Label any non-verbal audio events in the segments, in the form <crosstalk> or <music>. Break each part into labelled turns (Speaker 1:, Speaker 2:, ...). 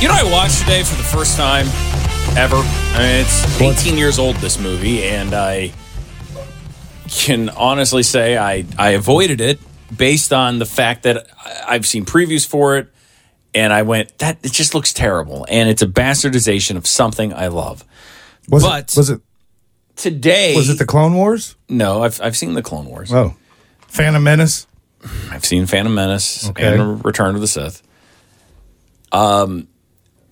Speaker 1: You know, I watched today for the first time ever. I mean, it's 18 years old, this movie, and I can honestly say I, I avoided it based on the fact that I- I've seen previews for it, and I went, that it just looks terrible. And it's a bastardization of something I love.
Speaker 2: Was
Speaker 1: But-
Speaker 2: it, was it
Speaker 1: Today,
Speaker 2: was it the Clone Wars?
Speaker 1: no, I've, I've seen the Clone Wars.
Speaker 2: Oh, Phantom Menace.
Speaker 1: I've seen Phantom Menace
Speaker 2: Okay.
Speaker 1: and Return of the Sith. Um,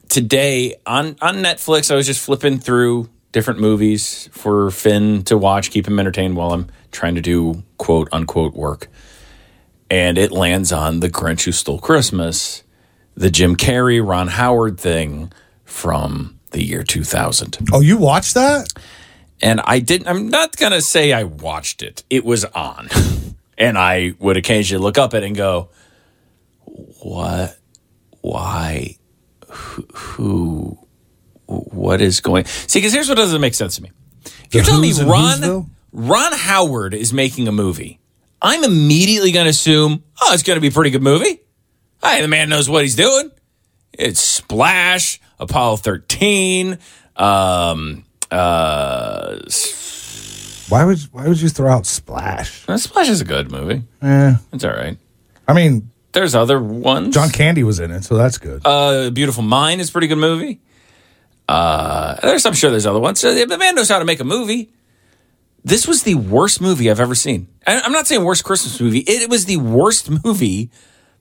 Speaker 1: today on on Netflix, I was just flipping through different movies for Finn to watch, keep him entertained while I'm trying to do quote unquote work. And it lands on The Grinch Who Stole Christmas, the Jim Carrey, Ron Howard thing from the year 2000.
Speaker 2: Oh, you watched that?
Speaker 1: And I didn't, I'm not going to say I watched it. It was on. <laughs> and I would occasionally look up at it and go, what, why, who, who what is going? See, because here's what doesn't make sense to me. If you're telling me
Speaker 2: who's in Whoville?
Speaker 1: Ron, Ron Howard is making a movie, I'm immediately going to assume, oh, it's going to be a pretty good movie. Hey, the man knows what he's doing. It's Splash, Apollo 13, um, uh,
Speaker 2: Why would Why would you throw out Splash?
Speaker 1: Uh, Splash is a good movie.
Speaker 2: Eh,
Speaker 1: It's all right.
Speaker 2: I mean,
Speaker 1: There's other ones.
Speaker 2: John Candy was in it, so that's good.
Speaker 1: uh, Beautiful Mind is a pretty good movie. Uh, there's, I'm sure there's other ones. So the man knows how to make a movie. This was the worst movie I've ever seen. I- I'm not saying worst Christmas movie. It, it was the worst movie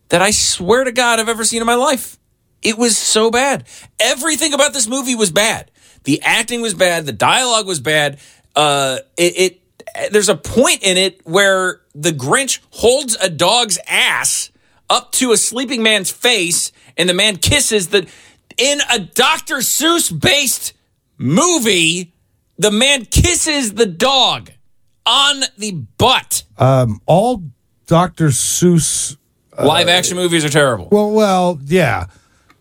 Speaker 1: that I swear to God I've ever seen in my life. It was so bad. Everything about this movie was bad. The acting was bad. The dialogue was bad. Uh, it, it there's a point in it where the Grinch holds a dog's ass up to a sleeping man's face, and the man kisses the. In a Dr. Seuss based movie, the man kisses the dog on the butt.
Speaker 2: All Dr. Seuss.
Speaker 1: Live action movies are terrible.
Speaker 2: Well, well, yeah.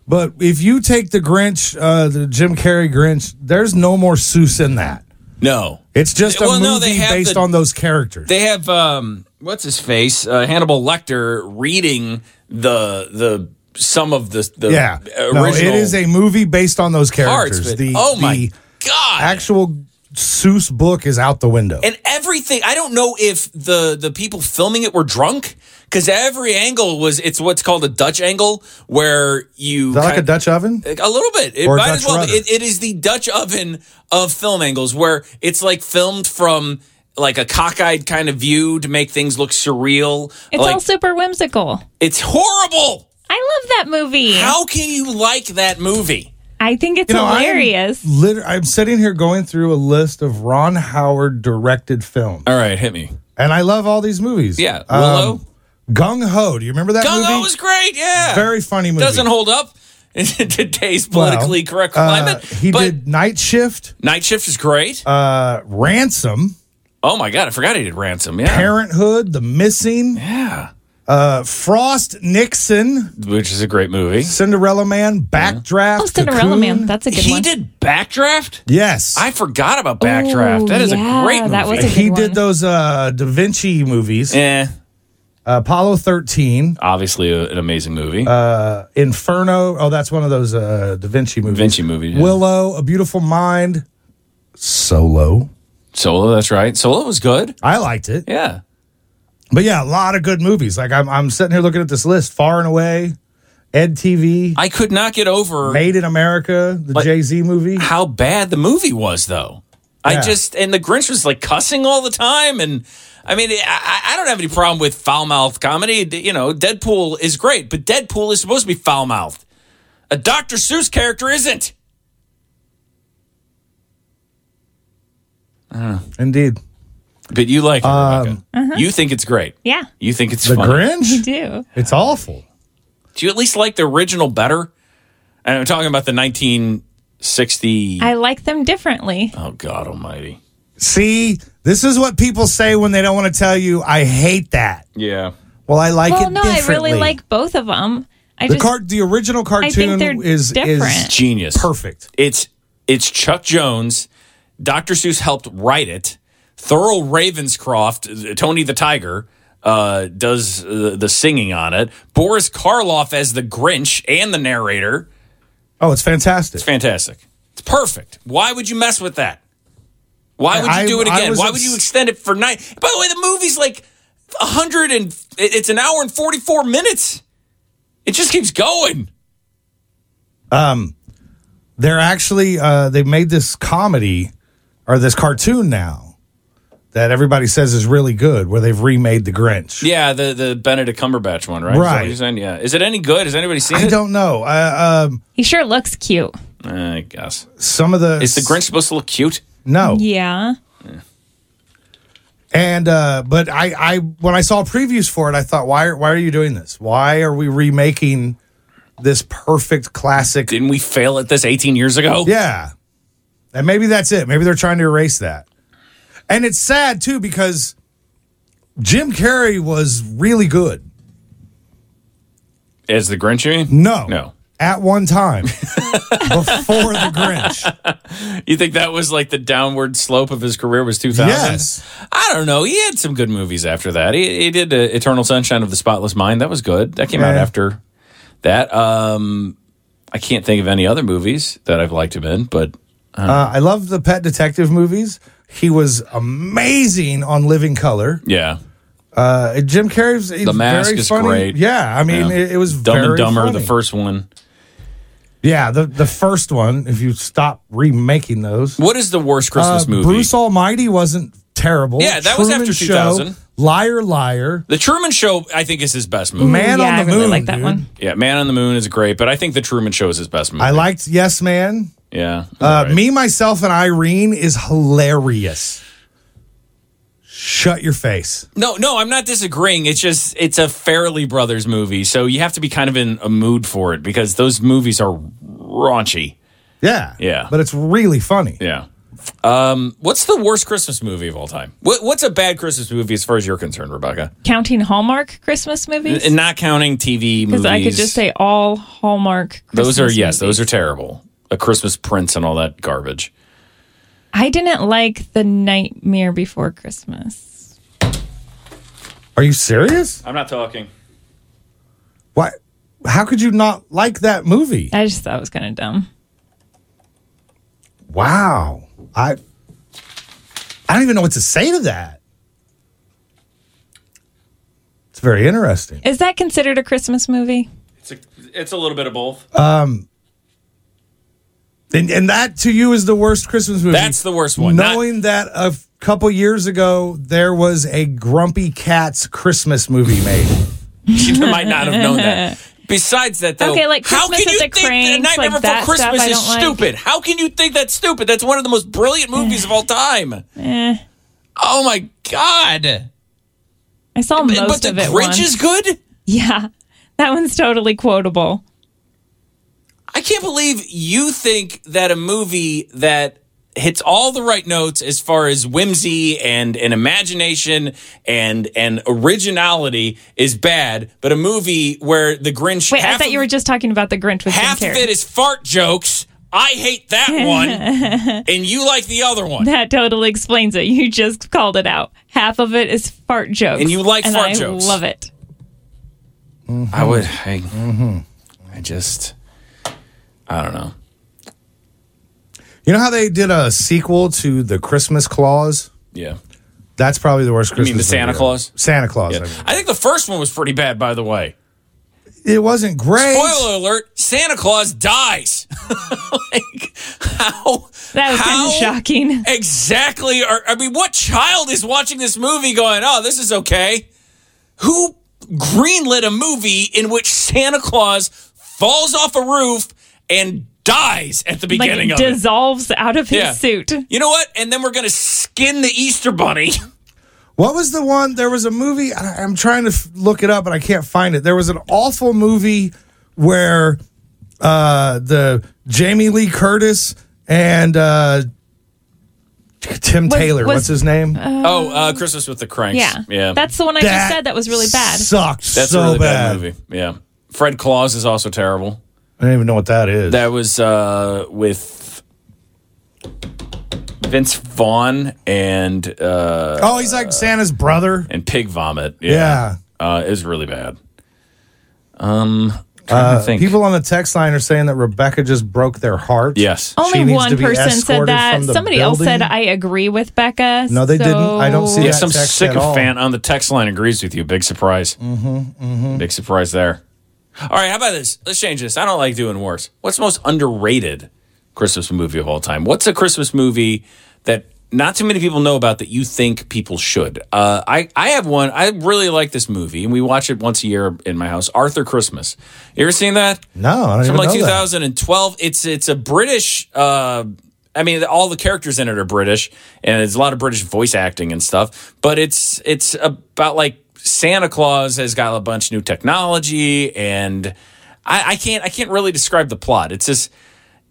Speaker 2: But if you take the Grinch, uh, the Jim Carrey Grinch, there's no more Seuss in that.
Speaker 1: No,
Speaker 2: It's just a
Speaker 1: Well,
Speaker 2: movie
Speaker 1: no, they have
Speaker 2: based
Speaker 1: the-
Speaker 2: on those characters.
Speaker 1: they have um, what's his face, uh, Hannibal Lecter reading the the some of the the uh,
Speaker 2: yeah,
Speaker 1: original
Speaker 2: no, it is a movie based on those
Speaker 1: parts.
Speaker 2: characters.
Speaker 1: but-
Speaker 2: The
Speaker 1: oh my
Speaker 2: the
Speaker 1: god!
Speaker 2: actual Seuss book is out the window.
Speaker 1: and everything. I don't know if the the people filming it were drunk because every angle was it's what's called a Dutch angle where you
Speaker 2: is that like
Speaker 1: kind-
Speaker 2: a Dutch oven?
Speaker 1: A little bit. It
Speaker 2: Or a
Speaker 1: might
Speaker 2: Dutch
Speaker 1: as well.
Speaker 2: rudder.
Speaker 1: It, it is the Dutch oven of film angles, where it's like filmed from like a cockeyed kind of view to make things look surreal.
Speaker 3: It's
Speaker 1: like,
Speaker 3: all super whimsical.
Speaker 1: it's horrible.
Speaker 3: I love that movie.
Speaker 1: How can you like that movie?
Speaker 3: I think it's
Speaker 2: I'm
Speaker 3: hilarious.
Speaker 2: lit- I'm, sitting here going through a list of Ron Howard directed films,
Speaker 1: All right, hit me.
Speaker 2: and I love all these movies.
Speaker 1: Yeah, Willow.
Speaker 2: Gung Ho. Do you remember that
Speaker 1: Gung
Speaker 2: Um, movie?
Speaker 1: Ho was great. Yeah,
Speaker 2: Very funny movie.
Speaker 1: doesn't hold up <laughs> in today's
Speaker 2: Well,
Speaker 1: politically correct
Speaker 2: uh,
Speaker 1: climate.
Speaker 2: he
Speaker 1: but
Speaker 2: did Night Shift,
Speaker 1: Night Shift is great.
Speaker 2: uh, Ransom,
Speaker 1: oh my god, I forgot he did Ransom. Yeah,
Speaker 2: Parenthood, The Missing,
Speaker 1: yeah,
Speaker 2: uh, Frost Nixon,
Speaker 1: which is a great movie.
Speaker 2: Cinderella Man, Backdraft.
Speaker 3: Oh, Cinderella
Speaker 2: Cocoon.
Speaker 3: Man. That's a good
Speaker 1: He
Speaker 3: one.
Speaker 1: did Backdraft.
Speaker 2: Yes.
Speaker 1: I forgot about Backdraft.
Speaker 3: Oh,
Speaker 1: that is
Speaker 3: yeah,
Speaker 1: a great movie.
Speaker 3: that
Speaker 1: <laughs>
Speaker 3: was a-
Speaker 2: he
Speaker 3: good
Speaker 2: did
Speaker 3: one.
Speaker 2: those uh, Da Vinci movies,
Speaker 1: Eh,
Speaker 2: Uh, Apollo 13,
Speaker 1: obviously a- an amazing movie.
Speaker 2: Inferno. Oh, that's one of those uh, Da Vinci movies.
Speaker 1: Vinci movie, yeah.
Speaker 2: Willow, A Beautiful Mind, Solo.
Speaker 1: Solo, that's right. Solo was good.
Speaker 2: I liked it.
Speaker 1: Yeah.
Speaker 2: But yeah, a lot of good movies. Like I'm, I'm sitting here looking at this list Far and Away, Ed TV,
Speaker 1: I could not get over
Speaker 2: Made in America, the Jay Z movie.
Speaker 1: how bad the movie was, though. I
Speaker 2: Yeah.
Speaker 1: just, and the Grinch was like cussing all the time. And I mean, I- I, I don't have any problem with foul mouth comedy. D- You know, Deadpool is great, but Deadpool is supposed to be foul mouthed. A Dr. Seuss character isn't.
Speaker 2: Indeed. Um,
Speaker 1: But you like it. Rebecca. You think it's great.
Speaker 3: yeah,
Speaker 1: You think it's
Speaker 2: Uh, The
Speaker 1: funny.
Speaker 3: I
Speaker 2: Grinch?
Speaker 3: do.
Speaker 2: It's awful.
Speaker 1: Do you at least like the original better? And I'm talking about the 1960.
Speaker 3: I like them differently.
Speaker 1: oh God Almighty!
Speaker 2: See, this is what people say when they don't want to tell you, I hate that.
Speaker 1: Yeah,
Speaker 2: Well, I like
Speaker 3: well,
Speaker 2: it
Speaker 3: no, I
Speaker 2: differently.
Speaker 3: really like both of them. I
Speaker 2: the
Speaker 3: just
Speaker 2: car- the original cartoon
Speaker 3: they're
Speaker 2: is
Speaker 3: different.
Speaker 2: is
Speaker 1: genius.
Speaker 2: perfect.
Speaker 1: It's it's Chuck Jones. Dr. Seuss helped write it. Thurl Ravenscroft, Tony the Tiger, uh, does the, the singing on it. Boris Karloff as the Grinch and the narrator.
Speaker 2: Oh, it's fantastic.
Speaker 1: It's fantastic. It's perfect. Why would you mess with that? Why would you
Speaker 2: I-
Speaker 1: do it
Speaker 2: I
Speaker 1: again?
Speaker 2: was
Speaker 1: Why
Speaker 2: obs-
Speaker 1: would you extend it for nine? By the way, the movie's like a hundred and it- it's an hour and forty four minutes. It just keeps going.
Speaker 2: They're actually uh, they made this comedy or this cartoon now that everybody says is really good, where they've remade the Grinch.
Speaker 1: Yeah, the the Benedict Cumberbatch one, right? Is that what
Speaker 2: Right.
Speaker 1: you're saying? Yeah. Is it any good? Has anybody seen
Speaker 2: I
Speaker 1: it?
Speaker 2: don't know. Uh, um,
Speaker 3: He sure looks cute.
Speaker 1: Eh, I guess.
Speaker 2: some of the
Speaker 1: Is the Grinch supposed to look cute?
Speaker 2: No.
Speaker 3: Yeah.
Speaker 2: And uh, but I, I when I saw previews for it, I thought, why are why are you doing this? Why are we remaking this perfect classic?
Speaker 1: Didn't we fail at this 18 years ago?
Speaker 2: Yeah. And maybe that's it. Maybe they're trying to erase that. And it's sad too because Jim Carrey was really good.
Speaker 1: As the Grinch, you mean?
Speaker 2: No.
Speaker 1: No.
Speaker 2: At one
Speaker 1: <laughs>
Speaker 2: time before the Grinch.
Speaker 1: You think that was like the downward slope of his career was 2000?
Speaker 2: Yes.
Speaker 1: I don't know. He had some good movies after that. He, he did uh, Eternal Sunshine of the Spotless Mind. That was good. That came out
Speaker 2: Yeah.
Speaker 1: after that. Um, I can't think of any other movies that I've liked him in, but
Speaker 2: Uh, I love the pet detective movies. He was amazing on Living Color.
Speaker 1: yeah.
Speaker 2: Uh, Jim Carrey's he's
Speaker 1: The Mask
Speaker 2: very
Speaker 1: is
Speaker 2: funny.
Speaker 1: great.
Speaker 2: Yeah, I mean
Speaker 1: Yeah.
Speaker 2: It, it was
Speaker 1: Dumb
Speaker 2: very
Speaker 1: and Dumber, the
Speaker 2: funny.
Speaker 1: first one.
Speaker 2: Yeah, the the first one. If you stop remaking those,
Speaker 1: What is the worst Christmas
Speaker 2: Uh,
Speaker 1: movie?
Speaker 2: Bruce Almighty wasn't terrible.
Speaker 1: Yeah, that was after
Speaker 2: Show,
Speaker 1: 2000.
Speaker 2: Liar, liar.
Speaker 1: the Truman Show, I think, is his best movie.
Speaker 2: Man
Speaker 3: yeah,
Speaker 2: on the
Speaker 3: I really
Speaker 2: Moon,
Speaker 3: like that
Speaker 2: dude.
Speaker 3: one.
Speaker 1: Yeah, Man on the Moon is great, but I think The Truman Show is his best movie.
Speaker 2: I liked Yes Man.
Speaker 1: yeah.
Speaker 2: Uh,
Speaker 1: All right.
Speaker 2: Me, myself, and Irene is hilarious. Shut your face.
Speaker 1: No, no, I'm not disagreeing. It's just it's a Fairly Brothers movie, so you have to be kind of in a mood for it because those movies are raunchy.
Speaker 2: Yeah,
Speaker 1: Yeah.
Speaker 2: But it's really funny.
Speaker 1: Yeah. Um, what's the worst Christmas movie of all time? What, what's a bad Christmas movie as far as you're concerned, Rebecca?
Speaker 3: Counting Hallmark Christmas movies?
Speaker 1: And not counting TV movies.
Speaker 3: Because I could just say all Hallmark Christmas
Speaker 1: those are yes,
Speaker 3: movies.
Speaker 1: those are terrible. A Christmas Prince and all that garbage.
Speaker 3: I didn't like The Nightmare Before Christmas.
Speaker 2: Are you serious?
Speaker 1: I'm not talking.
Speaker 2: Why? How could you not like that movie?
Speaker 3: I just thought it was kind of dumb.
Speaker 2: Wow. I I don't even know what to say to that. It's very interesting.
Speaker 3: Is that considered a Christmas movie?
Speaker 1: It's a, it's a little bit of both.
Speaker 2: And, and that to you is the worst Christmas movie.
Speaker 1: That's the worst one. Not-
Speaker 2: Knowing that a f- couple years ago there was a Grumpy Cats Christmas movie made.
Speaker 1: <laughs> You might not have known that. Besides that, though,
Speaker 3: Okay, like
Speaker 1: how
Speaker 3: Christmas
Speaker 1: can
Speaker 3: at
Speaker 1: you
Speaker 3: the
Speaker 1: think that
Speaker 3: Cranes,
Speaker 1: Nightmare
Speaker 3: like
Speaker 1: Before
Speaker 3: that stuff
Speaker 1: Christmas
Speaker 3: I
Speaker 1: is
Speaker 3: don't like.
Speaker 1: stupid? How can you think that's stupid? That's one of the most brilliant movies of all time.
Speaker 3: Eh,
Speaker 1: Oh my god!
Speaker 3: I saw
Speaker 1: but
Speaker 3: most
Speaker 1: the
Speaker 3: of it
Speaker 1: Grinch
Speaker 3: once.
Speaker 1: is good.
Speaker 3: yeah, that one's totally quotable.
Speaker 1: I can't believe you think that a movie that hits all the right notes as far as whimsy and, and imagination and and originality is bad, but a movie where the Grinch
Speaker 3: Wait,
Speaker 1: half
Speaker 3: I thought
Speaker 1: of-
Speaker 3: you were just talking about the Grinch with
Speaker 1: half
Speaker 3: Jim
Speaker 1: of
Speaker 3: Carrey.
Speaker 1: it is fart jokes. I hate
Speaker 3: <laughs>
Speaker 1: that one, and you like the other one.
Speaker 3: that totally explains it. You just called it out. Half of it is fart jokes,
Speaker 1: And you like fart
Speaker 3: I
Speaker 1: jokes.
Speaker 3: Love it.
Speaker 1: I would. I, I just. I don't know.
Speaker 2: You know how they did a sequel to The Christmas Claus?
Speaker 1: Yeah.
Speaker 2: That's probably the worst Christmas.
Speaker 1: mean the Santa
Speaker 2: movie ever.
Speaker 1: Claus?
Speaker 2: Santa Claus. I mean.
Speaker 1: I think the first one was pretty bad, by the way.
Speaker 2: It wasn't great.
Speaker 1: Spoiler alert: Santa Claus dies. <laughs> like how?
Speaker 3: That was kind
Speaker 1: how
Speaker 3: of shocking.
Speaker 1: Exactly. Or I mean, what child is watching this movie going, "Oh, this is okay"? Who greenlit a movie in which Santa Claus falls off a roof and dies at the
Speaker 3: Like
Speaker 1: beginning
Speaker 3: it
Speaker 1: of it?
Speaker 3: dissolves out of his
Speaker 1: Yeah.
Speaker 3: suit.
Speaker 1: You know what? And then we're gonna skin the Easter
Speaker 3: <laughs>
Speaker 1: Bunny.
Speaker 2: What was the one? There was a movie. I- I'm trying to f- look it up, and I can't find it. There was an awful movie where uh, the Jamie Lee Curtis and uh, Tim
Speaker 3: Was-
Speaker 2: Taylor.
Speaker 3: was-
Speaker 2: what's his name?
Speaker 1: oh, uh, Christmas with the Cranks.
Speaker 3: Yeah,
Speaker 1: yeah.
Speaker 3: That's the one I just said that was really bad.
Speaker 2: Sucked.
Speaker 1: That's
Speaker 2: so
Speaker 1: a really
Speaker 2: bad.
Speaker 1: bad movie. Yeah. Fred Claus is also terrible.
Speaker 2: I don't even know what that is.
Speaker 1: That was uh, with Vince Vaughn and uh,
Speaker 2: Oh, he's like Santa's brother.
Speaker 1: and pig vomit.
Speaker 2: Yeah.
Speaker 1: Uh, it was really bad. Um, trying to think.
Speaker 2: Uh, People on the text line are saying that Rebecca just broke their heart.
Speaker 1: Yes.
Speaker 2: She
Speaker 3: Only
Speaker 2: needs to
Speaker 3: one
Speaker 2: be
Speaker 3: person
Speaker 2: escorted
Speaker 3: said that.
Speaker 2: from the
Speaker 3: Somebody else said,
Speaker 2: building.
Speaker 3: I agree with Becca.
Speaker 2: No, they didn't. I don't see
Speaker 3: so-
Speaker 1: yeah,
Speaker 2: that
Speaker 1: some
Speaker 2: text at
Speaker 1: sycophant on the text line agrees with you. Big surprise. Mm-hmm, Big surprise there. All right, how about this? Let's change this. I don't like doing worse. What's the most underrated Christmas movie of all time? What's a Christmas movie that not too many people know about that you think people should? Uh, I I have one. I really like this movie, and we watch it once a year in my house. Arthur Christmas. You ever seen that?
Speaker 2: No, I don't
Speaker 1: from
Speaker 2: even
Speaker 1: like
Speaker 2: know that.
Speaker 1: 2012. It's it's a British. Uh, I mean, all the characters in it are British, and it's a lot of British voice acting and stuff. But it's it's about like Santa Claus has got a bunch of new technology, and I, I can't I can't really describe the plot. It's just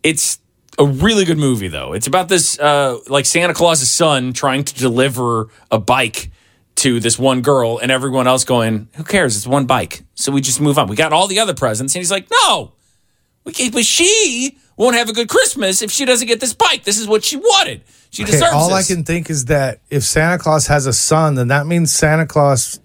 Speaker 1: it's a really good movie though. It's about this uh, like Santa Claus's son trying to deliver a bike to this one girl, and everyone else going, "Who cares? It's one bike." So we just move on. We got all the other presents, and he's like, "No, we can't, but she won't have a good Christmas if she doesn't get this bike. This is what she wanted. She
Speaker 2: Okay,
Speaker 1: deserves
Speaker 2: all
Speaker 1: this."
Speaker 2: I can think is that if Santa Claus has a son, then that means Santa Claus.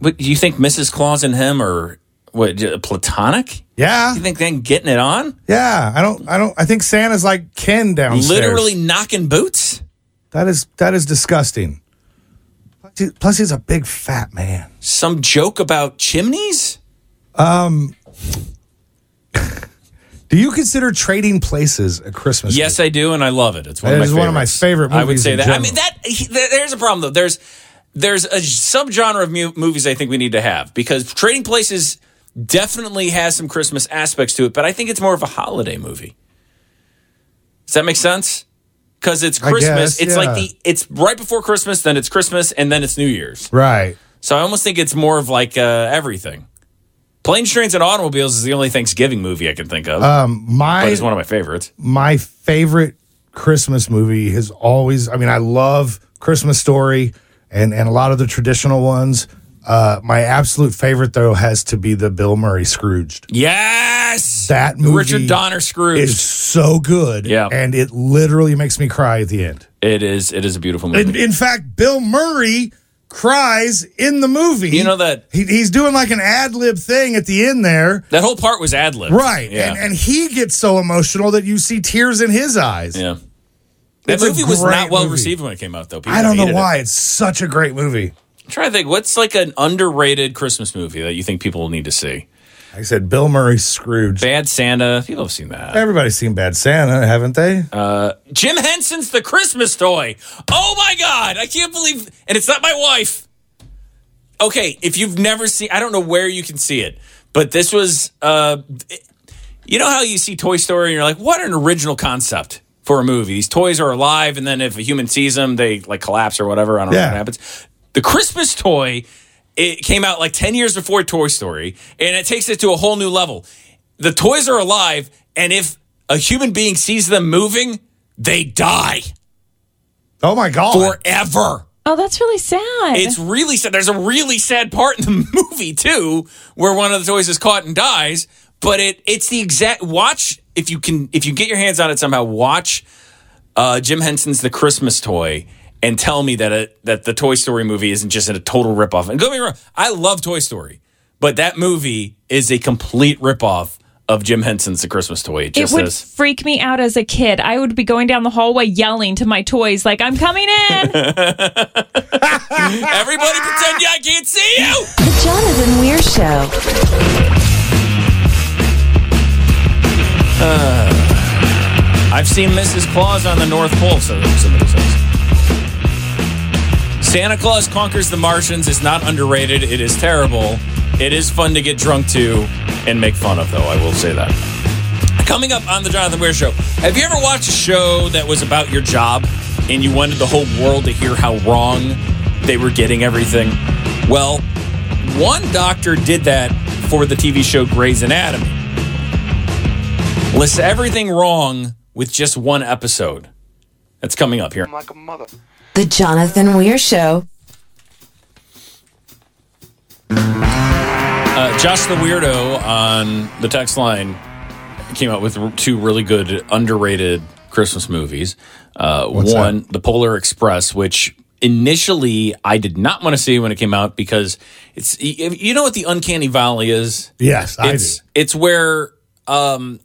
Speaker 1: But do you think Mrs. Claus and him are what j- platonic?
Speaker 2: Yeah,
Speaker 1: You think they getting it on?
Speaker 2: yeah. I don't. I don't. I think Santa's like Ken downstairs.
Speaker 1: Literally knocking boots.
Speaker 2: That is that is disgusting. Plus, he- Plus, he's a big fat man.
Speaker 1: Some joke about chimneys.
Speaker 2: Do you consider Trading Places a Christmas?
Speaker 1: Yes, I do, and I love it. It's one
Speaker 2: It
Speaker 1: of my
Speaker 2: is
Speaker 1: favorites.
Speaker 2: one of my favorite
Speaker 1: I would
Speaker 2: movies
Speaker 1: say
Speaker 2: in
Speaker 1: that. I
Speaker 2: general.
Speaker 1: mean, that he- there- there's a problem though. There's there's a subgenre of mu- movies I think we need to have because Trading Places definitely has some Christmas aspects to it, but I think it's more of a holiday movie. Does that make sense? Because it's
Speaker 2: I
Speaker 1: Christmas.
Speaker 2: guess,
Speaker 1: it's like
Speaker 2: yeah.
Speaker 1: the it's right before Christmas, then it's Christmas, and then it's New Year's.
Speaker 2: movie? Right.
Speaker 1: So I almost think it's more of like uh, everything. Planes, Trains, and Automobiles is the only Thanksgiving movie I can think of,
Speaker 2: Uh,
Speaker 1: but
Speaker 2: My
Speaker 1: it's one of my favorites.
Speaker 2: my favorite Christmas movie has always. I mean, I love Christmas Story and and a lot of the traditional ones. Uh, my absolute favorite though has to be the Bill Murray Scrooged.
Speaker 1: Yes,
Speaker 2: That
Speaker 1: The
Speaker 2: movie
Speaker 1: Richard Donner Scrooge.
Speaker 2: It's so good.
Speaker 1: Yeah.
Speaker 2: and it literally makes me cry at the end.
Speaker 1: it is. It is a beautiful movie.
Speaker 2: In, in fact, Bill Murray cries in the movie.
Speaker 1: You know that-
Speaker 2: he, he's doing like an ad lib thing at the end there,
Speaker 1: that whole part was ad lib,
Speaker 2: right?
Speaker 1: Yeah.
Speaker 2: And, and he gets so emotional that you see tears in his eyes.
Speaker 1: yeah. That
Speaker 2: It's a
Speaker 1: movie was
Speaker 2: great
Speaker 1: not well
Speaker 2: movie.
Speaker 1: received when it came out, though. People
Speaker 2: I don't know
Speaker 1: hated it.
Speaker 2: why. It's such a great movie.
Speaker 1: I'm trying to think, what's like an underrated Christmas movie that you think people need to see?
Speaker 2: Like I said, Bill Murray Scrooge.
Speaker 1: Bad Santa. People have seen that.
Speaker 2: Everybody's seen Bad Santa, haven't they?
Speaker 1: Uh, Jim Henson's The Christmas Toy. Oh my God. I can't believe. And it's not my wife. Okay. If you've never seen, I don't know where you can see it, but this was, uh, you know how you see Toy Story and you're like, what an original concept for a movie. These toys are alive. And then if a human sees them, they like collapse or whatever. I don't know
Speaker 2: Yeah.
Speaker 1: what happens. The Christmas Toy, it came out like 10 years before Toy Story and it takes it to a whole new level. The toys are alive. And if a human being sees them moving, they die
Speaker 2: oh my god!
Speaker 1: forever.
Speaker 3: Oh, that's really sad.
Speaker 1: It's really sad. There's a really sad part in the <laughs> movie too, where one of the toys is caught and dies. But it it's the exact watch if you can if you get your hands on it somehow. Watch uh, Jim Henson's The Christmas Toy and tell me that it, that the Toy Story movie isn't just a total ripoff. And don't get me wrong, I love Toy Story, but that movie is a complete ripoff of Jim Henson's The Christmas Toy. It
Speaker 3: It
Speaker 1: just
Speaker 3: would
Speaker 1: is.
Speaker 3: freak me out as a kid. I would be going down the hallway yelling to my toys, like, I'm coming in.
Speaker 1: Everybody pretend I can't see you.
Speaker 4: The Jonathan Weir Show.
Speaker 1: I've seen Mrs. Claus on the North Pole, so somebody says. Santa Claus Conquers the Martians is not underrated. It is terrible. It is fun to get drunk to and make fun of, though. I will say that. Coming up on the Jonathan Weir Show, have you ever watched a show that was about your job and you wanted the whole world to hear how wrong they were getting everything? Well, one doctor did that for the TV show Grey's Anatomy lists everything wrong with just one episode. That's coming up here.
Speaker 5: I'm like a mother.
Speaker 4: The Jonathan Weir Show.
Speaker 1: Uh, Josh the Weirdo on the text line came out with r- two really good underrated Christmas movies. Uh, one, The Polar Express, which initially I did not want to see when it came out because it's y- you know what the uncanny valley is.
Speaker 2: Yes, I do.
Speaker 1: It's it's where um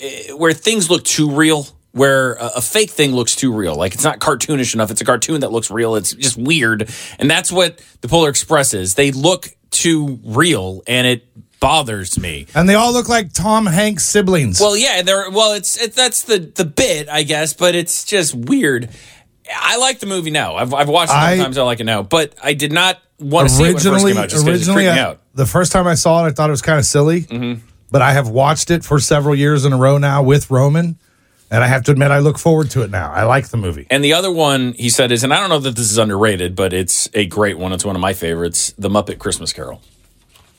Speaker 1: eh, where things look too real. Where a a fake thing looks too real, like it's not cartoonish enough. It's a cartoon that looks real. It's just weird, and that's what the Polar Express is. They look too real, and it bothers me.
Speaker 2: And they all look like Tom Hanks siblings.
Speaker 1: Well, yeah, there. Well, it's it, that's the the bit, I guess, but it's just weird. I like the movie now. I've, I've watched it
Speaker 2: I-
Speaker 1: sometimes. I like it now, but I did not want to see it when it first
Speaker 2: originally,
Speaker 1: came out. Just because it
Speaker 2: originally,
Speaker 1: freaked me
Speaker 2: I-
Speaker 1: out. Mm-hmm.
Speaker 2: the first time I saw it, I thought it was kind of silly. But I have watched it for several years in a row now with Roman, and I have to admit, I look forward to it now. I like the movie.
Speaker 1: And the other one he said is, and I don't know that this is underrated, but it's a great one. It's one of my favorites, The Muppet Christmas Carol.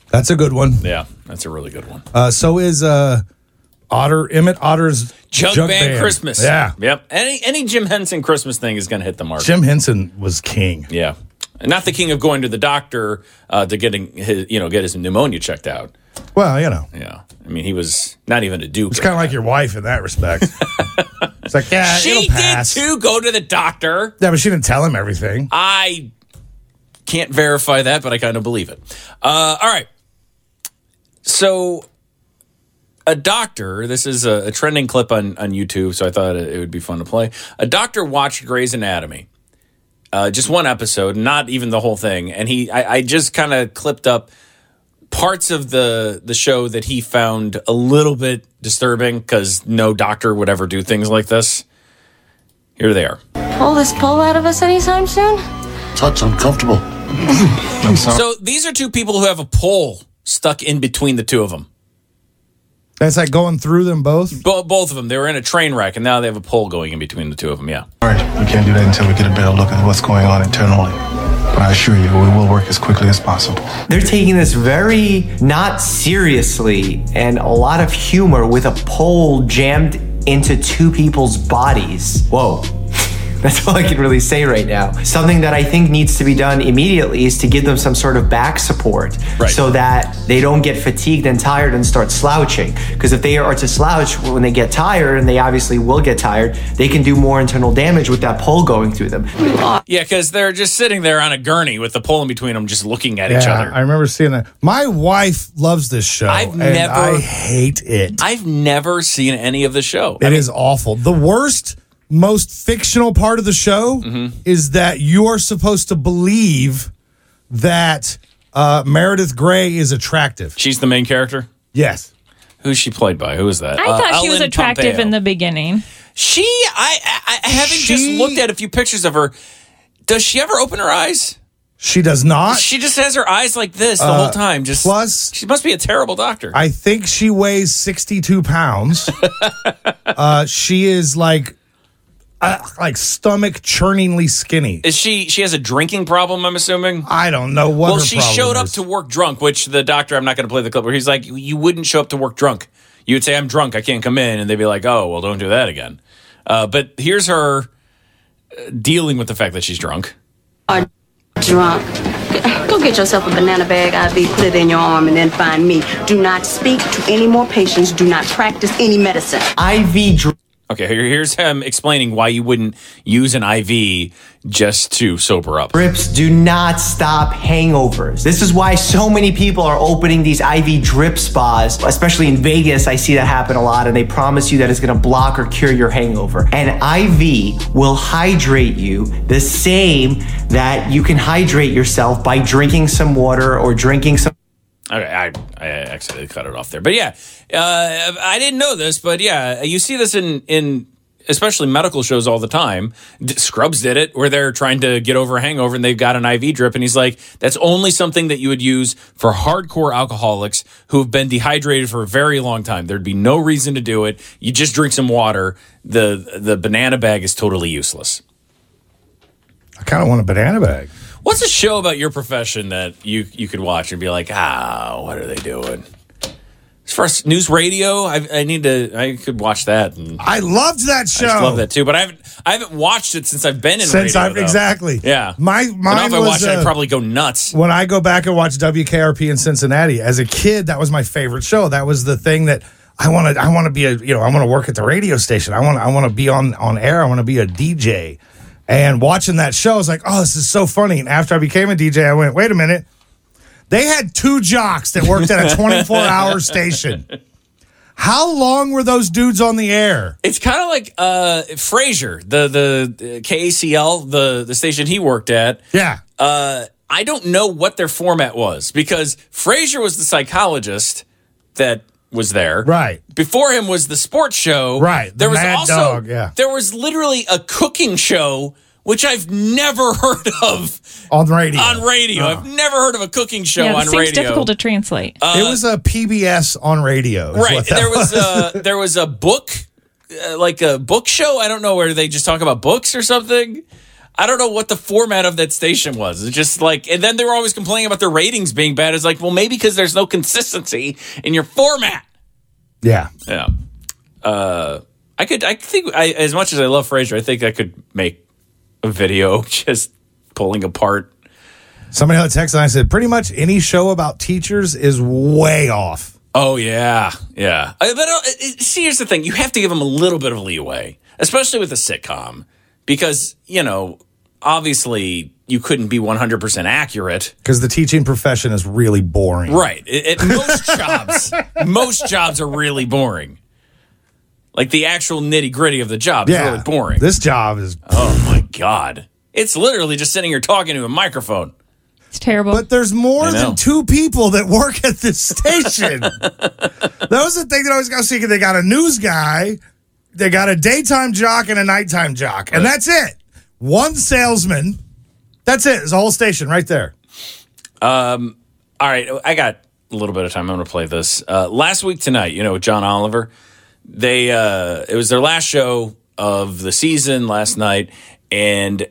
Speaker 2: That's a good one.
Speaker 1: Yeah, that's a really good one.
Speaker 2: Uh, so is uh, Otter Emmett Otter's
Speaker 1: Jug, Band, Christmas.
Speaker 2: Yeah,
Speaker 1: yep. Any any Jim Henson Christmas thing is going to hit the mark.
Speaker 2: Jim Henson was king.
Speaker 1: Yeah, and not the king of going to the doctor uh, to getting his you know get his pneumonia checked out.
Speaker 2: Well, you know,
Speaker 1: Yeah, I mean he was not even a duke.
Speaker 2: it's kind of like your wife in that respect. it's like yeah,
Speaker 1: She
Speaker 2: it'll
Speaker 1: did
Speaker 2: pass.
Speaker 1: too go to the doctor.
Speaker 2: Yeah, but she didn't tell him everything.
Speaker 1: I can't verify that, but I kind of believe it. Uh, all right. So, a doctor, this is a, a trending clip on, on YouTube, so I thought it would be fun to play. A doctor watched Grey's Anatomy, uh, just one episode, not even the whole thing. And he, I, I just kind of clipped up parts of the the show that he found a little bit disturbing because no doctor would ever do things like this. Here they are.
Speaker 5: pull this pole out of us anytime soon?
Speaker 6: That's uncomfortable.
Speaker 1: So these are two people who have a pole stuck in between the two of them.
Speaker 2: That's like going through them both.
Speaker 1: Bo- both of them. They were in a train wreck, and now they have a pole going in between the two of them. Yeah.
Speaker 6: All right, we can't do that until we get a better look at what's going on internally. But I assure you, we will work as quickly as possible.
Speaker 7: They're taking this very not seriously and a lot of humor with a pole jammed into two people's bodies. Whoa. <laughs> That's all I can really say right now. Something that I think needs to be done immediately is to give them some sort of back support
Speaker 1: Right.
Speaker 7: so that they don't get fatigued and tired and start slouching. Because if they are to slouch when they get tired, and they obviously will get tired, they can do more internal damage with that pole going through them.
Speaker 1: Yeah, because they're just sitting there on a gurney with the pole in between them, just looking at each
Speaker 2: Yeah,
Speaker 1: other.
Speaker 2: I remember seeing that. My wife loves this show.
Speaker 1: I've
Speaker 2: and
Speaker 1: never-
Speaker 2: I hate it. It is
Speaker 1: I've never seen any of the show.
Speaker 2: awful. The worst, most fictional part of the show is that you are supposed to believe that uh, Meredith Grey is attractive.
Speaker 1: She's the main character.
Speaker 2: Yes.
Speaker 1: Who's she played by? Who is that?
Speaker 3: I
Speaker 1: Uh,
Speaker 3: thought she was
Speaker 1: Ellen
Speaker 3: attractive
Speaker 1: Pompeo.
Speaker 3: in the beginning.
Speaker 1: She, I, I, I haven't just
Speaker 2: She-
Speaker 1: looked at a few pictures of her. Does she ever open her eyes?
Speaker 2: She does not.
Speaker 1: She just has her eyes like this the whole time. Just
Speaker 2: Uh, plus-
Speaker 1: she must be a terrible doctor.
Speaker 2: I think she weighs 62 pounds.
Speaker 1: <laughs>
Speaker 2: uh, she is like, uh, like stomach churningly skinny.
Speaker 1: Is she? She has a drinking problem. I'm assuming.
Speaker 2: I don't know what.
Speaker 1: Well,
Speaker 2: her
Speaker 1: she
Speaker 2: problem
Speaker 1: showed up
Speaker 2: is.
Speaker 1: to work drunk, which the doctor, I'm not going to play the clip where he's like, you wouldn't show up to work drunk. You would say, I'm drunk, I can't come in. And they'd be like, oh, well, don't do that again. Uh, but here's her uh, dealing with the fact that she's drunk.
Speaker 8: are drunk. Go get yourself a banana bag IV, put it in your arm, and then find me. Do not speak to any more patients. Do not practice any medicine.
Speaker 7: IV dr-
Speaker 1: Okay, here, here's him explaining why you wouldn't use an IV just to sober up.
Speaker 7: Drips do not stop hangovers. This is why so many people are opening these IV drip spas, especially in Vegas. I see that happen a lot, and they promise you that it's gonna block or cure your hangover. An IV will hydrate you the same that you can hydrate yourself by drinking some water or drinking some.
Speaker 1: Okay, I, I accidentally cut it off there, but yeah, uh, I didn't know this, but yeah, you see this in in especially medical shows all the time. D- Scrubs did it, where they're trying to get over a hangover and they've got an IV drip, and he's like, "That's only something that you would use for hardcore alcoholics who have been dehydrated for a very long time. There'd be no reason to do it. You just drink some water. the The banana bag is totally useless."
Speaker 2: I kind of want a banana bag.
Speaker 1: What's a show about your profession that you you could watch and be like, ah, what are they doing? As far as news radio, I, I need to. I could watch that. And
Speaker 2: I loved that show.
Speaker 1: I just love that too. But I haven't I haven't watched it since I've been in
Speaker 2: Since
Speaker 1: radio,
Speaker 2: I've
Speaker 1: though.
Speaker 2: exactly.
Speaker 1: yeah.
Speaker 2: My
Speaker 1: But now
Speaker 2: mine
Speaker 1: if I watch
Speaker 2: was
Speaker 1: it, I'd
Speaker 2: uh,
Speaker 1: probably go nuts.
Speaker 2: when I go back and watch WKRP in Cincinnati as a kid. That was my favorite show. That was the thing that I want to I want to be a you know I want to work at the radio station. I want I want to be on on air. I want to be a DJ. And watching that show, I was like, oh, this is so funny. And after I became a DJ, I went, wait a minute. They had two jocks that worked
Speaker 1: <laughs>
Speaker 2: at a 24 hour station. How long were those dudes on the air?
Speaker 1: It's kind of like uh, Frasier, the the uh, KACL, the the station he worked at.
Speaker 2: Yeah.
Speaker 1: Uh, I don't know what their format was because Frasier was the psychologist that was there.
Speaker 2: Right.
Speaker 1: Before him was the sports show.
Speaker 2: Right, the
Speaker 1: There was
Speaker 2: Mad
Speaker 1: also
Speaker 2: Dog, yeah.
Speaker 1: there was literally a cooking show which I've never <laughs> heard of
Speaker 2: On radio.
Speaker 1: on radio.
Speaker 2: Uh-huh.
Speaker 1: I've never heard of a cooking show
Speaker 3: yeah,
Speaker 1: on
Speaker 3: it seems
Speaker 1: radio. Uh,
Speaker 3: difficult to translate.
Speaker 2: it was a PBS on radio. is
Speaker 1: right.
Speaker 2: what that
Speaker 1: There was a
Speaker 2: <laughs>
Speaker 1: there was a book uh, like a book show. I don't know where they just talk about books or something. I don't know what the format of that station was. It's just like, and then they were always complaining about their ratings being bad. It's like, well, maybe because there's no consistency in your format.
Speaker 2: Yeah.
Speaker 1: Yeah. Uh, I could. I think. I, as much as I love Frasier, I think I could make a video <laughs> just pulling apart.
Speaker 2: Somebody on the text line said pretty much any show about teachers is way off.
Speaker 1: Oh yeah, yeah. I, but uh, it- see, here's the thing: you have to give them a little bit of leeway, especially with a sitcom, because you know, obviously, you couldn't be 100 percent accurate.
Speaker 2: Because the teaching profession is really boring.
Speaker 1: Right. At at <laughs> most jobs, most jobs are really boring. Like the actual nitty gritty of the job is really boring.
Speaker 2: This job is
Speaker 1: oh my god, it's literally just sitting here talking to a microphone.
Speaker 3: it's terrible.
Speaker 2: But there's more
Speaker 1: I know.
Speaker 2: than two people that work at
Speaker 1: <laughs>
Speaker 2: this station. that was the thing that I always got thinking. They got a news guy, they got a daytime jock and a nighttime jock, and that's it. One salesman. That's it. It's a whole station right there.
Speaker 1: All right, I got a little bit of time. I'm going to play this. Uh, last week tonight, you know, with John Oliver, they uh, it was their last show of the season last night, and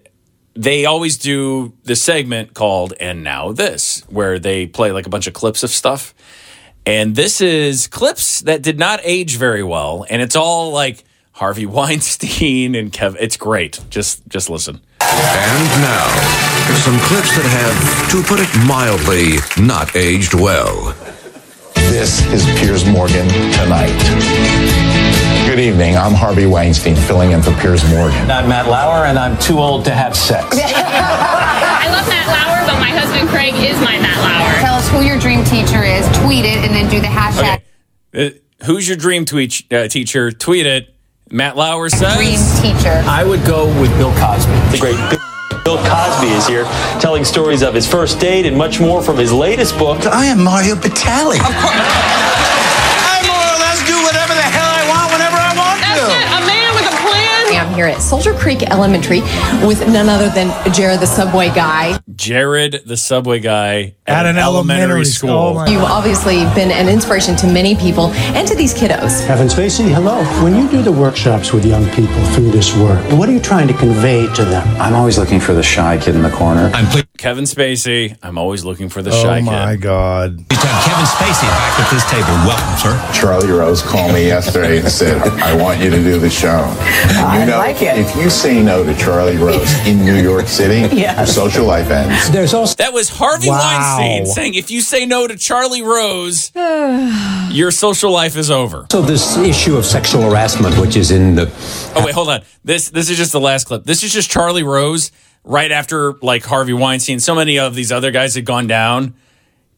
Speaker 1: they always do the segment called "And Now This," where they play like a bunch of clips of stuff. And this is clips that did not age very well, and it's all like Harvey <laughs> Weinstein and Kevin. It's great. Just just listen.
Speaker 9: And now, some clips that have, to put it mildly, not aged well.
Speaker 10: This is Piers Morgan tonight. Good evening. I'm Harvey Weinstein, filling in for Piers Morgan.
Speaker 7: I'm Matt Lauer, and I'm too old to have sex.
Speaker 11: I love Matt Lauer, but my husband Craig is my Matt Lauer.
Speaker 5: Tell us who your dream teacher is, tweet it, and then do the hashtag
Speaker 1: Okay. Uh, who's your dream tweet, uh, teacher? Tweet it. Matt Lauer says.
Speaker 5: teacher.
Speaker 7: I would go with Bill Cosby.
Speaker 10: The great Bill Cosby is here, telling stories of his first date and much more from his latest book.
Speaker 6: I am Mario Batali.
Speaker 7: I more or less do whatever the hell I want whenever I want
Speaker 11: That's it. A man with a plan.
Speaker 5: I'm here at Soldier Creek Elementary with none other than Jared the Subway guy.
Speaker 1: Jared, the subway guy
Speaker 2: At an elementary school. Oh my-
Speaker 5: You've obviously been an inspiration to many people and to these kiddos.
Speaker 10: Kevin Spacey, hello. When you do the workshops with young people through this work, what are you trying to convey to them? I'm always looking for the shy kid in the corner.
Speaker 9: I'm pleased
Speaker 1: Kevin Spacey. I'm always looking for the
Speaker 2: Oh
Speaker 1: shy
Speaker 2: my
Speaker 1: kid.
Speaker 2: God.
Speaker 9: to have Kevin Spacey back at this table. Welcome, sir.
Speaker 10: Charlie Rose called me yesterday and said, I want you to do the show. I
Speaker 7: like it.
Speaker 10: If you say no to Charlie Rose in New York
Speaker 6: <laughs>
Speaker 10: City, your social life ends.
Speaker 7: There's also
Speaker 1: That was Harvey
Speaker 2: Wow.
Speaker 1: Weinstein saying, "If you say no to Charlie Rose, <sighs> your social life is over."
Speaker 7: this issue of sexual harassment, which is in the
Speaker 1: Oh wait, hold on. This this is just the last clip. This is just Charlie Rose right after like Harvey Weinstein. So many of these other guys had gone down,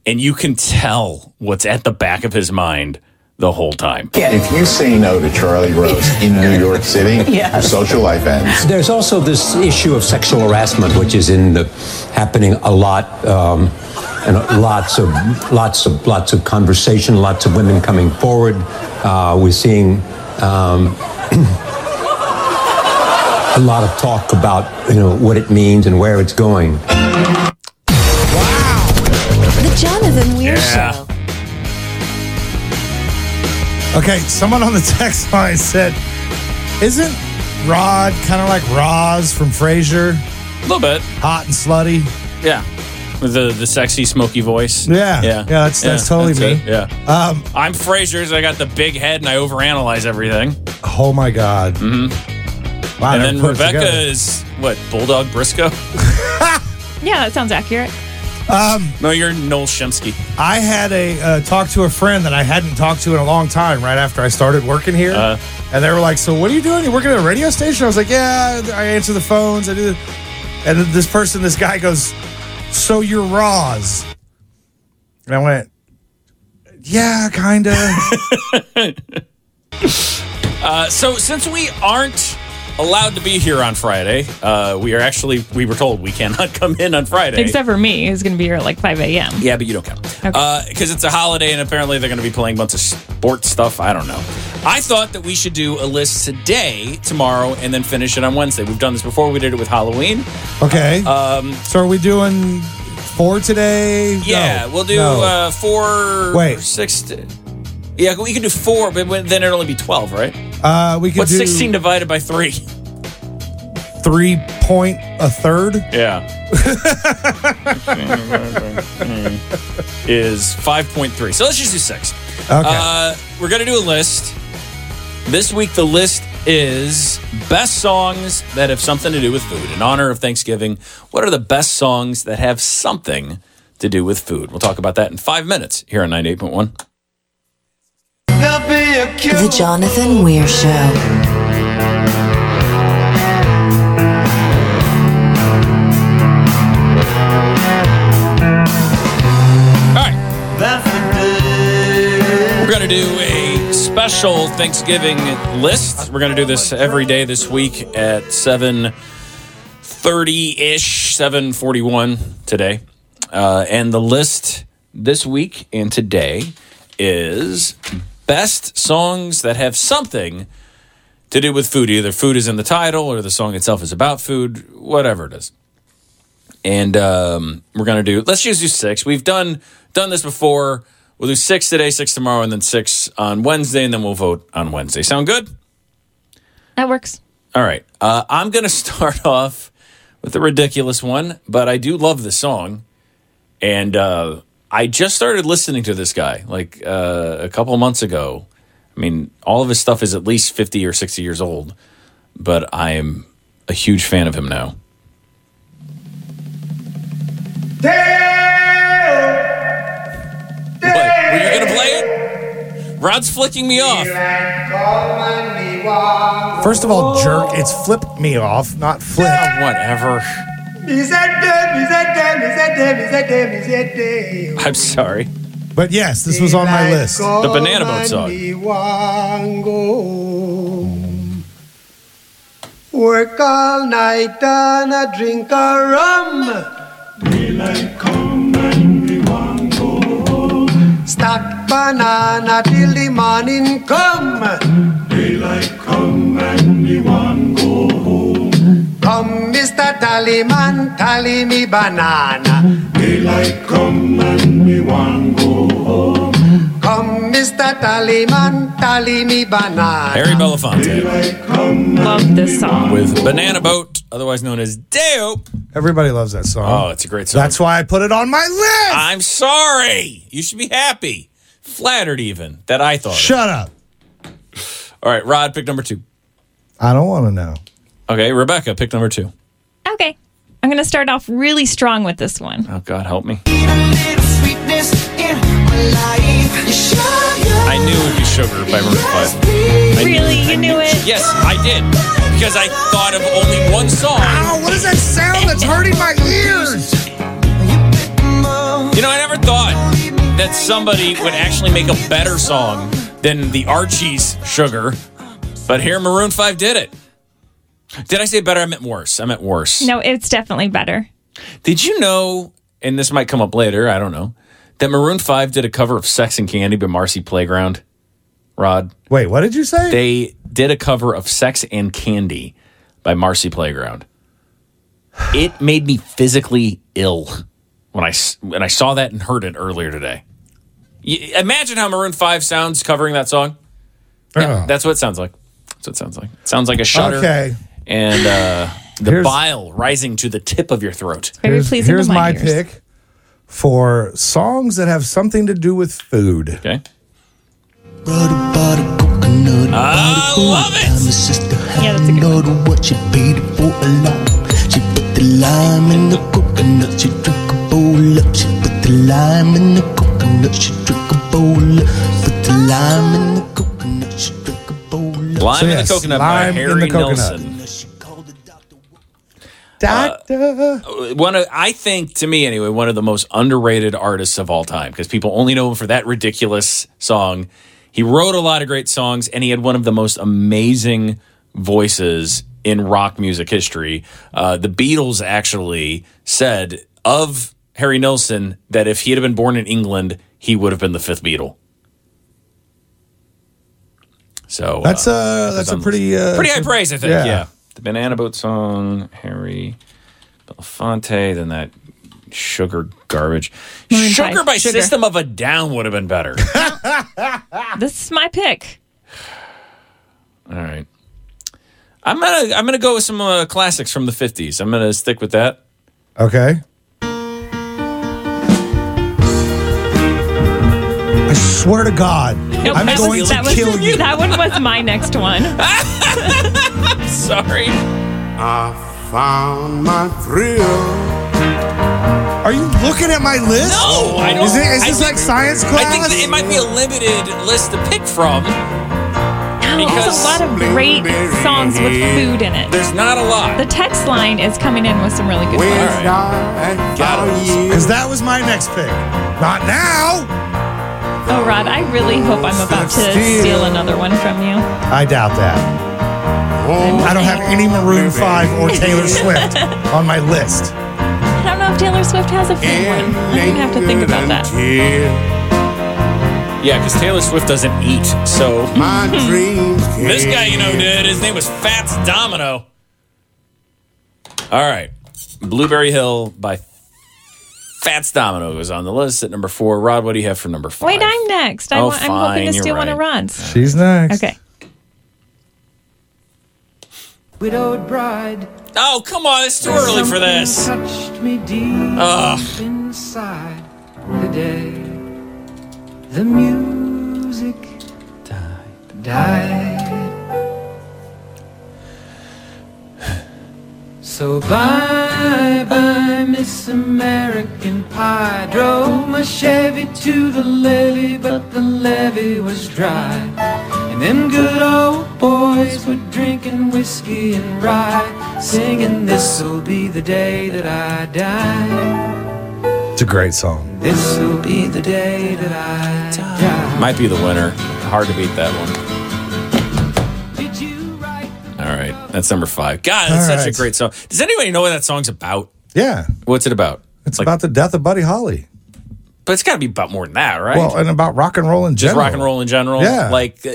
Speaker 1: and you can tell what's at the back of his mind the whole time.
Speaker 10: If you say no to Charlie Rose in
Speaker 7: <laughs>
Speaker 10: New York City, your social life ends.
Speaker 7: There's also this issue of sexual harassment, which is in the happening a lot, um, and lots of lots of lots of conversation, lots of women coming forward. Uh, we're seeing um, <clears throat> a lot of talk about you know what it means and where it's going.
Speaker 4: The Jonathan Weir
Speaker 1: Yeah.
Speaker 4: Show.
Speaker 2: Okay, someone on the text <laughs> line said, Isn't Rod kind of like Roz from Frasier?
Speaker 1: A little bit,
Speaker 2: Hot and slutty.
Speaker 1: yeah. With the the sexy smoky voice.
Speaker 2: Yeah. Yeah, that's- that's totally
Speaker 1: it.
Speaker 2: me.
Speaker 1: Yeah.
Speaker 2: Um,
Speaker 1: I'm Frasier's. I got the big head and I overanalyze everything.
Speaker 2: Oh my God.
Speaker 9: Mm-hmm.
Speaker 2: Wow,
Speaker 1: and
Speaker 2: never
Speaker 1: then
Speaker 2: put it
Speaker 1: Rebecca
Speaker 2: together.
Speaker 1: is what Bulldog Briscoe.
Speaker 3: yeah, that sounds accurate.
Speaker 2: Um,
Speaker 1: <laughs> no, you're Noel Shemsky.
Speaker 2: I had a uh, talk to a friend that I hadn't talked to in a long time right after I started working here.
Speaker 1: Uh-huh.
Speaker 2: and they were like, So, what are you doing? You're working at a radio station? I was like, Yeah, I answer the phones. I do. And this person, this guy goes, So you're Roz? And I went, Yeah,
Speaker 1: <laughs>
Speaker 2: kind of.
Speaker 1: Uh, so since we aren't allowed to be here on Friday, uh, we are actually we were told we cannot <laughs> come in on Friday.
Speaker 3: Except for me, who's going to be here at like 5 a.m.
Speaker 1: Yeah, but you don't count because it's a holiday, and apparently they're going to be playing a bunch of sports stuff. I don't know. I thought that we should do a list today, tomorrow, and then finish it on Wednesday. We've done this before. We did it with Halloween.
Speaker 2: Okay.
Speaker 1: Um,
Speaker 2: so, are we doing four today?
Speaker 1: Yeah,
Speaker 2: No.
Speaker 1: we'll do
Speaker 2: No.
Speaker 1: uh, four.
Speaker 2: Wait.
Speaker 1: six. To, yeah, we can do four, but when- then it'd only be twelve, right?
Speaker 2: Uh, we could
Speaker 1: What's
Speaker 2: do
Speaker 1: sixteen divided by three?
Speaker 2: three point a third.
Speaker 1: Yeah. is 5.3. So let's just do six. Okay. Uh, we're going to do a list. This week, the list is best songs that have something to do with food. In honor of Thanksgiving, what are the best songs that have something to do with food? We'll talk about that in five minutes here on 98.1.
Speaker 4: The Jonathan Weir Show.
Speaker 1: We're going to do a special Thanksgiving list. We're going to do this every day this week at 7.30-ish, 7.41 today. Uh, and the list this week and today is best songs that have something to do with food. Either food is in the title or the song itself is about food, whatever it is. And um, we're gonna do. Let's just do six. We've done done this before. We'll do six today, six tomorrow, and then six on Wednesday, and then we'll vote on Wednesday. Sound good?
Speaker 3: That works.
Speaker 1: All right. Uh, I'm gonna <laughs> start off with a ridiculous one, but I do love this song, and uh, I just started listening to this guy like uh, a couple months ago. I mean, all of his stuff is at least fifty or sixty years old, but I am a huge fan of him now. What? Were you gonna play it? Rod's flicking me off.
Speaker 2: First of all, jerk, it's flip me off, not flip.
Speaker 1: Oh, whatever. <laughs> I'm sorry.
Speaker 2: But yes, this was on my list.
Speaker 1: The Banana Boat song.
Speaker 12: Work all night and I drink a rum. Stack banana till the morning come. Daylight come and me one go home. Come, Mr. Tallyman, tally me banana. Daylight come and me one go home. Come, Mr. Tallyman, tally me banana.
Speaker 1: Harry Belafonte.
Speaker 3: Love this song.
Speaker 1: With Banana Boat, otherwise known as Deo.
Speaker 2: Everybody loves that song.
Speaker 1: Oh, it's a great song.
Speaker 2: That's why I put it on my list.
Speaker 1: I'm sorry. You should be happy. Flattered even that I thought. of it.
Speaker 2: Shut up.
Speaker 1: All right, Rod, pick number two.
Speaker 2: I don't want to know.
Speaker 1: Okay, Rebecca, pick number two.
Speaker 3: Okay. I'm going to start off really strong with this one.
Speaker 1: Oh God help me.
Speaker 4: I
Speaker 1: I knew it would be sugar by Maroon 5. I knew-
Speaker 3: Really? You knew it?
Speaker 1: Yes, I did. Because I thought of only one song.
Speaker 2: Ow, Oh, what is that sound that's hurting my ears?
Speaker 1: You know, I never thought that somebody would actually make a better song than the Archies Sugar, but here Maroon 5 did it. Did I say better? I meant worse. I meant worse.
Speaker 3: No, it's definitely better.
Speaker 1: Did you know, and this might come up later, I don't know, that Maroon 5 did a cover of Sex and Candy by Marcy Playground? Rod,
Speaker 2: Wait, what did you say?
Speaker 1: they did a cover of Sex and Candy by Marcy Playground. It made me physically ill when I, s- when I saw that and heard it earlier today. Y- imagine how Maroon 5 sounds covering that song. Yeah,
Speaker 2: Oh.
Speaker 1: that's what it sounds like. That's what it sounds like. It sounds like a shudder
Speaker 2: Okay.
Speaker 1: and uh, the
Speaker 2: Here's-
Speaker 1: bile rising to the tip of your throat.
Speaker 3: Very
Speaker 2: Here's,
Speaker 3: pleasing
Speaker 2: here's
Speaker 3: to
Speaker 2: my
Speaker 3: my, ears.
Speaker 2: pick for songs that have something to do with food.
Speaker 1: Okay.
Speaker 13: I love it. My sister
Speaker 3: Yeah,
Speaker 13: had
Speaker 3: that's a good
Speaker 13: another what she paid for a lot. She put the lime in the coconut. She drank a bowl up. She put the lime in the coconut. She drink a bowl up. Put the lime in the coconut. She drink a bowl up.
Speaker 1: Lime in the coconut by Harry Nelson.
Speaker 2: Doctor.
Speaker 1: One of, I think, to me anyway, one of the most underrated artists of all time because people only know him for that ridiculous song. He wrote a lot of great songs, and he had one of the most amazing voices in rock music history. Uh, the Beatles actually said of Harry Nilsson that if he had been born in England, he would have been the fifth Beatle. So
Speaker 2: That's a- that's a
Speaker 1: on-
Speaker 2: pretty, uh,
Speaker 1: pretty high praise, I think.
Speaker 2: yeah.
Speaker 1: Yeah. the banana boat song, Harry Belafonte, then that sugar garbage. sugar
Speaker 3: Five,
Speaker 1: by
Speaker 3: Sugar.
Speaker 1: System of a Down would have been <laughs> better.
Speaker 3: this is my pick.
Speaker 1: All right, I'm gonna I'm gonna go with some uh, classics from the '50s. I'm gonna stick with that.
Speaker 2: Okay. I swear to God,
Speaker 3: No,
Speaker 2: I'm
Speaker 3: that
Speaker 2: going
Speaker 3: was,
Speaker 2: to
Speaker 3: that was-
Speaker 2: kill you.
Speaker 3: <laughs> That one was my next
Speaker 1: <laughs>
Speaker 3: one.
Speaker 1: Sorry.
Speaker 14: I found my thrill.
Speaker 2: Are you looking at my list?
Speaker 1: No, I don't.
Speaker 2: Is, it, is
Speaker 1: I
Speaker 2: this
Speaker 1: think-
Speaker 2: like science
Speaker 1: I
Speaker 2: class?
Speaker 1: think that it might be a limited list to pick from.
Speaker 3: No, there's a lot of great songs with food in it.
Speaker 1: There's not a lot.
Speaker 3: The text line is coming in with some really good
Speaker 2: Where's
Speaker 3: ones.
Speaker 2: Because that was my next pick. Not now.
Speaker 3: Oh, Rod, I really hope I'm about to steal another one from you.
Speaker 2: I doubt that. I don't have any Maroon 5 or Taylor Swift on my list.
Speaker 3: I don't know if Taylor Swift has a food one. I'm going to have to think about that.
Speaker 1: Yeah, because Taylor Swift doesn't eat, so
Speaker 14: My dreams
Speaker 1: This guy, you know, did. His name was Fats Domino. All right, Blueberry Hill by Fats Domino is on the list at number four. Rod, what do you have for number five?
Speaker 3: Wait, I'm next. I
Speaker 1: Oh,
Speaker 3: want, I'm hoping
Speaker 1: fine,
Speaker 3: to
Speaker 1: you're
Speaker 3: steal one of Rod's.
Speaker 2: She's next.
Speaker 3: Okay.
Speaker 15: Widowed bride.
Speaker 1: Oh, come on, it's too early for this.
Speaker 15: Touched me deep
Speaker 1: Ugh.
Speaker 15: inside today. The music died. So bye bye, Miss American Pie. Drove my Chevy to the levee, but the levee was dry. And them good old boys were drinking whiskey and rye, singing, This'll be the day that I die.
Speaker 2: It's a great song.
Speaker 15: This'll be the day that I die.
Speaker 1: Might be the winner. Hard to beat that one. All right, that's number five. God, that's
Speaker 2: All
Speaker 1: such a
Speaker 2: right.
Speaker 1: great song. Does anybody know what that song's about?
Speaker 2: Yeah.
Speaker 1: What's it about?
Speaker 2: It's about the death of Buddy Holly.
Speaker 1: But it's got to be about more than that, right?
Speaker 2: Well, and about rock and roll in
Speaker 1: just
Speaker 2: general.
Speaker 1: rock and roll in general.
Speaker 2: Yeah.
Speaker 1: like because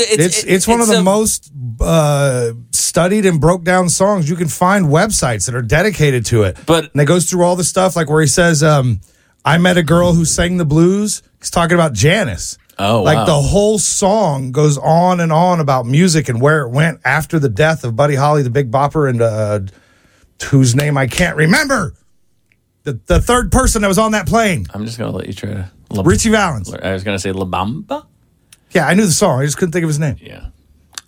Speaker 1: it's,
Speaker 2: It's it's,
Speaker 1: it-
Speaker 2: one of the
Speaker 1: a-
Speaker 2: most uh, studied and broke down songs. You can find websites that are dedicated to it.
Speaker 1: But
Speaker 2: and it goes through all the stuff like where he says, um, "I met a girl who sang the blues." He's talking about Janis.
Speaker 1: Oh,
Speaker 2: like
Speaker 1: wow.
Speaker 2: the whole song goes on and on about music and where it went after the death of Buddy Holly, the Big Bopper, and uh, whose name I can't remember. The the third person that was on that plane,
Speaker 1: I'm just gonna let you try to.
Speaker 2: Richie Valens.
Speaker 1: I was gonna say La Bamba.
Speaker 2: Yeah, I knew the song. I just couldn't think of his name.
Speaker 1: Yeah.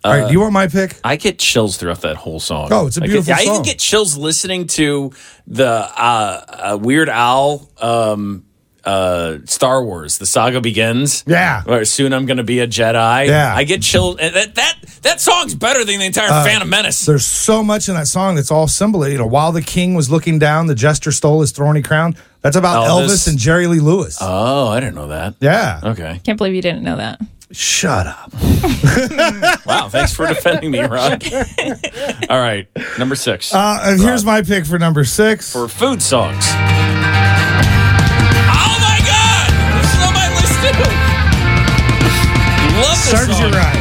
Speaker 2: All right.
Speaker 1: Uh,
Speaker 2: Do you want my pick?
Speaker 1: I get chills throughout that whole song.
Speaker 2: Oh, it's a
Speaker 1: I get-
Speaker 2: beautiful
Speaker 1: I, even
Speaker 2: song.
Speaker 1: get chills listening to the uh, uh, Weird Owl um, uh, Star Wars. The saga begins.
Speaker 2: Yeah.
Speaker 1: Where soon I'm going to be a Jedi.
Speaker 2: Yeah.
Speaker 1: I get chills. and That that that song's better than the entire
Speaker 2: Uh,
Speaker 1: Phantom Menace.
Speaker 2: There's so much in that song that's all symbol. You know, while the king was looking down, the jester stole his throny crown. That's about
Speaker 1: Elvis.
Speaker 2: Elvis, and Jerry Lee Lewis.
Speaker 1: Oh, I didn't know that.
Speaker 2: Yeah.
Speaker 1: Okay.
Speaker 3: Can't believe you didn't know that.
Speaker 2: Shut up.
Speaker 1: Wow. Thanks for defending me, <laughs> Rod. All right. Number six.
Speaker 2: Uh, and here's my pick for number six.
Speaker 1: for food songs. Love this
Speaker 2: Serves you
Speaker 1: song.
Speaker 2: right.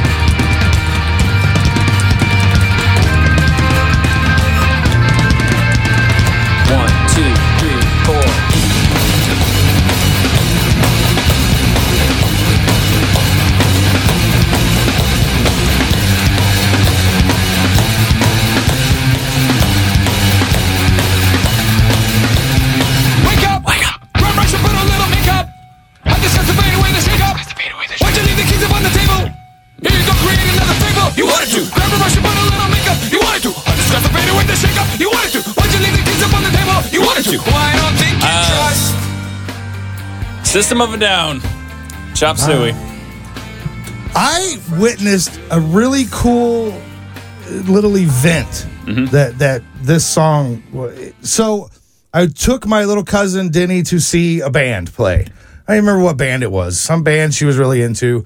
Speaker 1: One, two, three, four.
Speaker 13: Wake up! Wake up! Grab brush and put a little makeup. I just have to fade away the shake up. Why'd you leave the keys up on the table? Here you
Speaker 1: Uh, System of a Down. Chop Suey.
Speaker 2: I witnessed a really cool little event that that this song. wa- So I took my little cousin Denny to see a band play. I don't remember what band it was. Some band she was really into.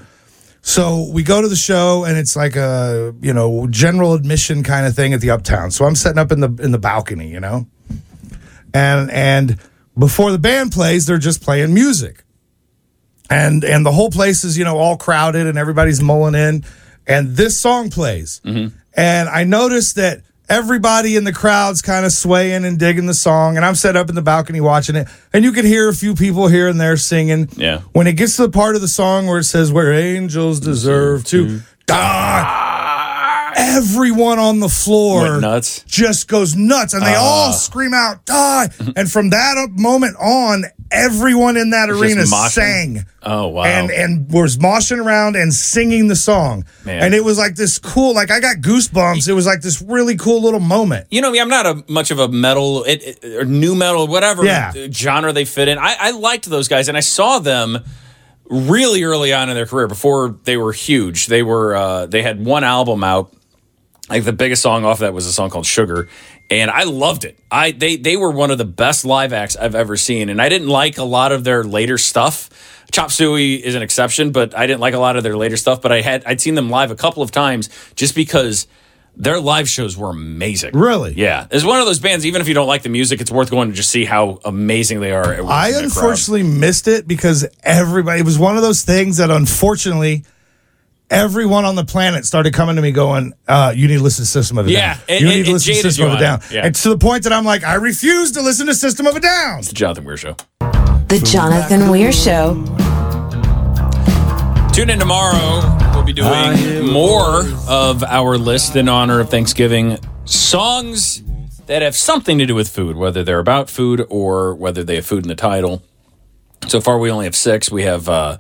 Speaker 2: So we go to the show and it's like a you know general admission kind of thing at the Uptown. So I'm sitting up in the in the balcony, you know, and and before the band plays, they're just playing music and and the whole place is you know all crowded and everybody's mulling in and this song plays and i noticed that everybody in the crowd's kind of swaying and digging the song and i'm set up in the balcony watching it and you can hear a few people here and there singing
Speaker 1: Yeah.
Speaker 2: when it gets to the part of the song where it says where angels deserve to die everyone on the floor
Speaker 1: Went nuts.
Speaker 2: just goes nuts and they all
Speaker 1: Ah.
Speaker 2: scream out die and from that moment on everyone in that
Speaker 1: Just
Speaker 2: arena
Speaker 1: moshing.
Speaker 2: sang
Speaker 1: Oh, wow.
Speaker 2: and and was moshing around and singing the song.
Speaker 1: Man.
Speaker 2: And it was like this cool, like I got goosebumps. It was like this really cool little moment.
Speaker 1: you know me, I'm not a much of a metal it, it- or new metal, whatever
Speaker 2: Yeah.
Speaker 1: genre they fit in. I, I liked those guys, and I saw them really early on in their career before they were huge. They were uh, they had one album out. Like the biggest song off that was a song called Sugar, and I loved it. I they they were one of the best live acts I've ever seen, and I didn't like a lot of their later stuff. Chop Suey is an exception, but I didn't like a lot of their later stuff. But I had I'd seen them live a couple of times just because their live shows were amazing.
Speaker 2: Really?
Speaker 1: Yeah, it's one of those bands. Even if you don't like the music, it's worth going to just see how amazing they are. At working
Speaker 2: I
Speaker 1: in a crowd.
Speaker 2: unfortunately missed it because everybody, it was one of those things that unfortunately everyone on the planet started coming to me going, uh, you need to listen to System of a
Speaker 1: Yeah,
Speaker 2: Down.
Speaker 1: it-
Speaker 2: you
Speaker 1: it-
Speaker 2: need to
Speaker 1: it
Speaker 2: listen to
Speaker 1: jaded
Speaker 2: System
Speaker 1: you
Speaker 2: of a
Speaker 1: on
Speaker 2: Down.
Speaker 1: it. Yeah.
Speaker 2: And to the point that I'm like, I refuse to listen to System of a Down.
Speaker 1: It's the Jonathan Weir Show.
Speaker 4: The Jonathan Weir Show.
Speaker 1: Tune in tomorrow. We'll be doing more of our list in honor of Thanksgiving songs that have something to do with food, whether they're about food or whether they have food in the title. So far, we only have six. We have uh,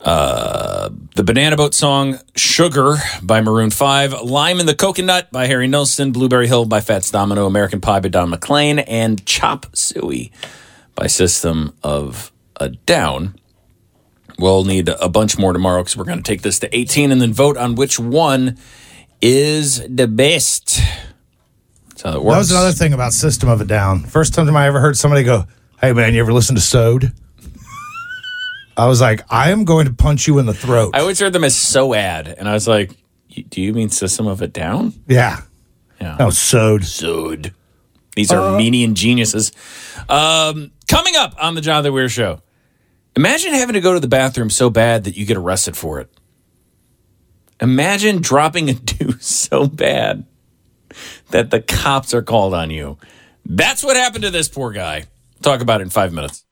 Speaker 1: uh, the Banana Boat song Sugar by Maroon 5, Lime and the Coconut by Harry Nilsson, Blueberry Hill by Fats Domino, American Pie by Don McLean, and Chop Suey by System of a Down. We'll need a bunch more tomorrow because we're going to take this to 18 and then vote on which one is the best. That's how it works.
Speaker 2: That was another thing about System of a Down. First time I ever heard somebody go, "Hey man, you ever listen to Sode?" I was like, "I am going to punch you in the throat."
Speaker 1: I always heard them as so ad, and I was like, "Y- "Do you mean System of a Down?"
Speaker 2: Yeah.
Speaker 1: Yeah.
Speaker 2: No, Sode.
Speaker 1: Sode. These Armenian geniuses. Um, coming up on the Jonathan Weir Show. Imagine having to go to the bathroom so bad that you get arrested for it. Imagine dropping a <laughs> deuce so bad that the cops are called on you. That's what happened to this poor guy. Talk about it in five minutes.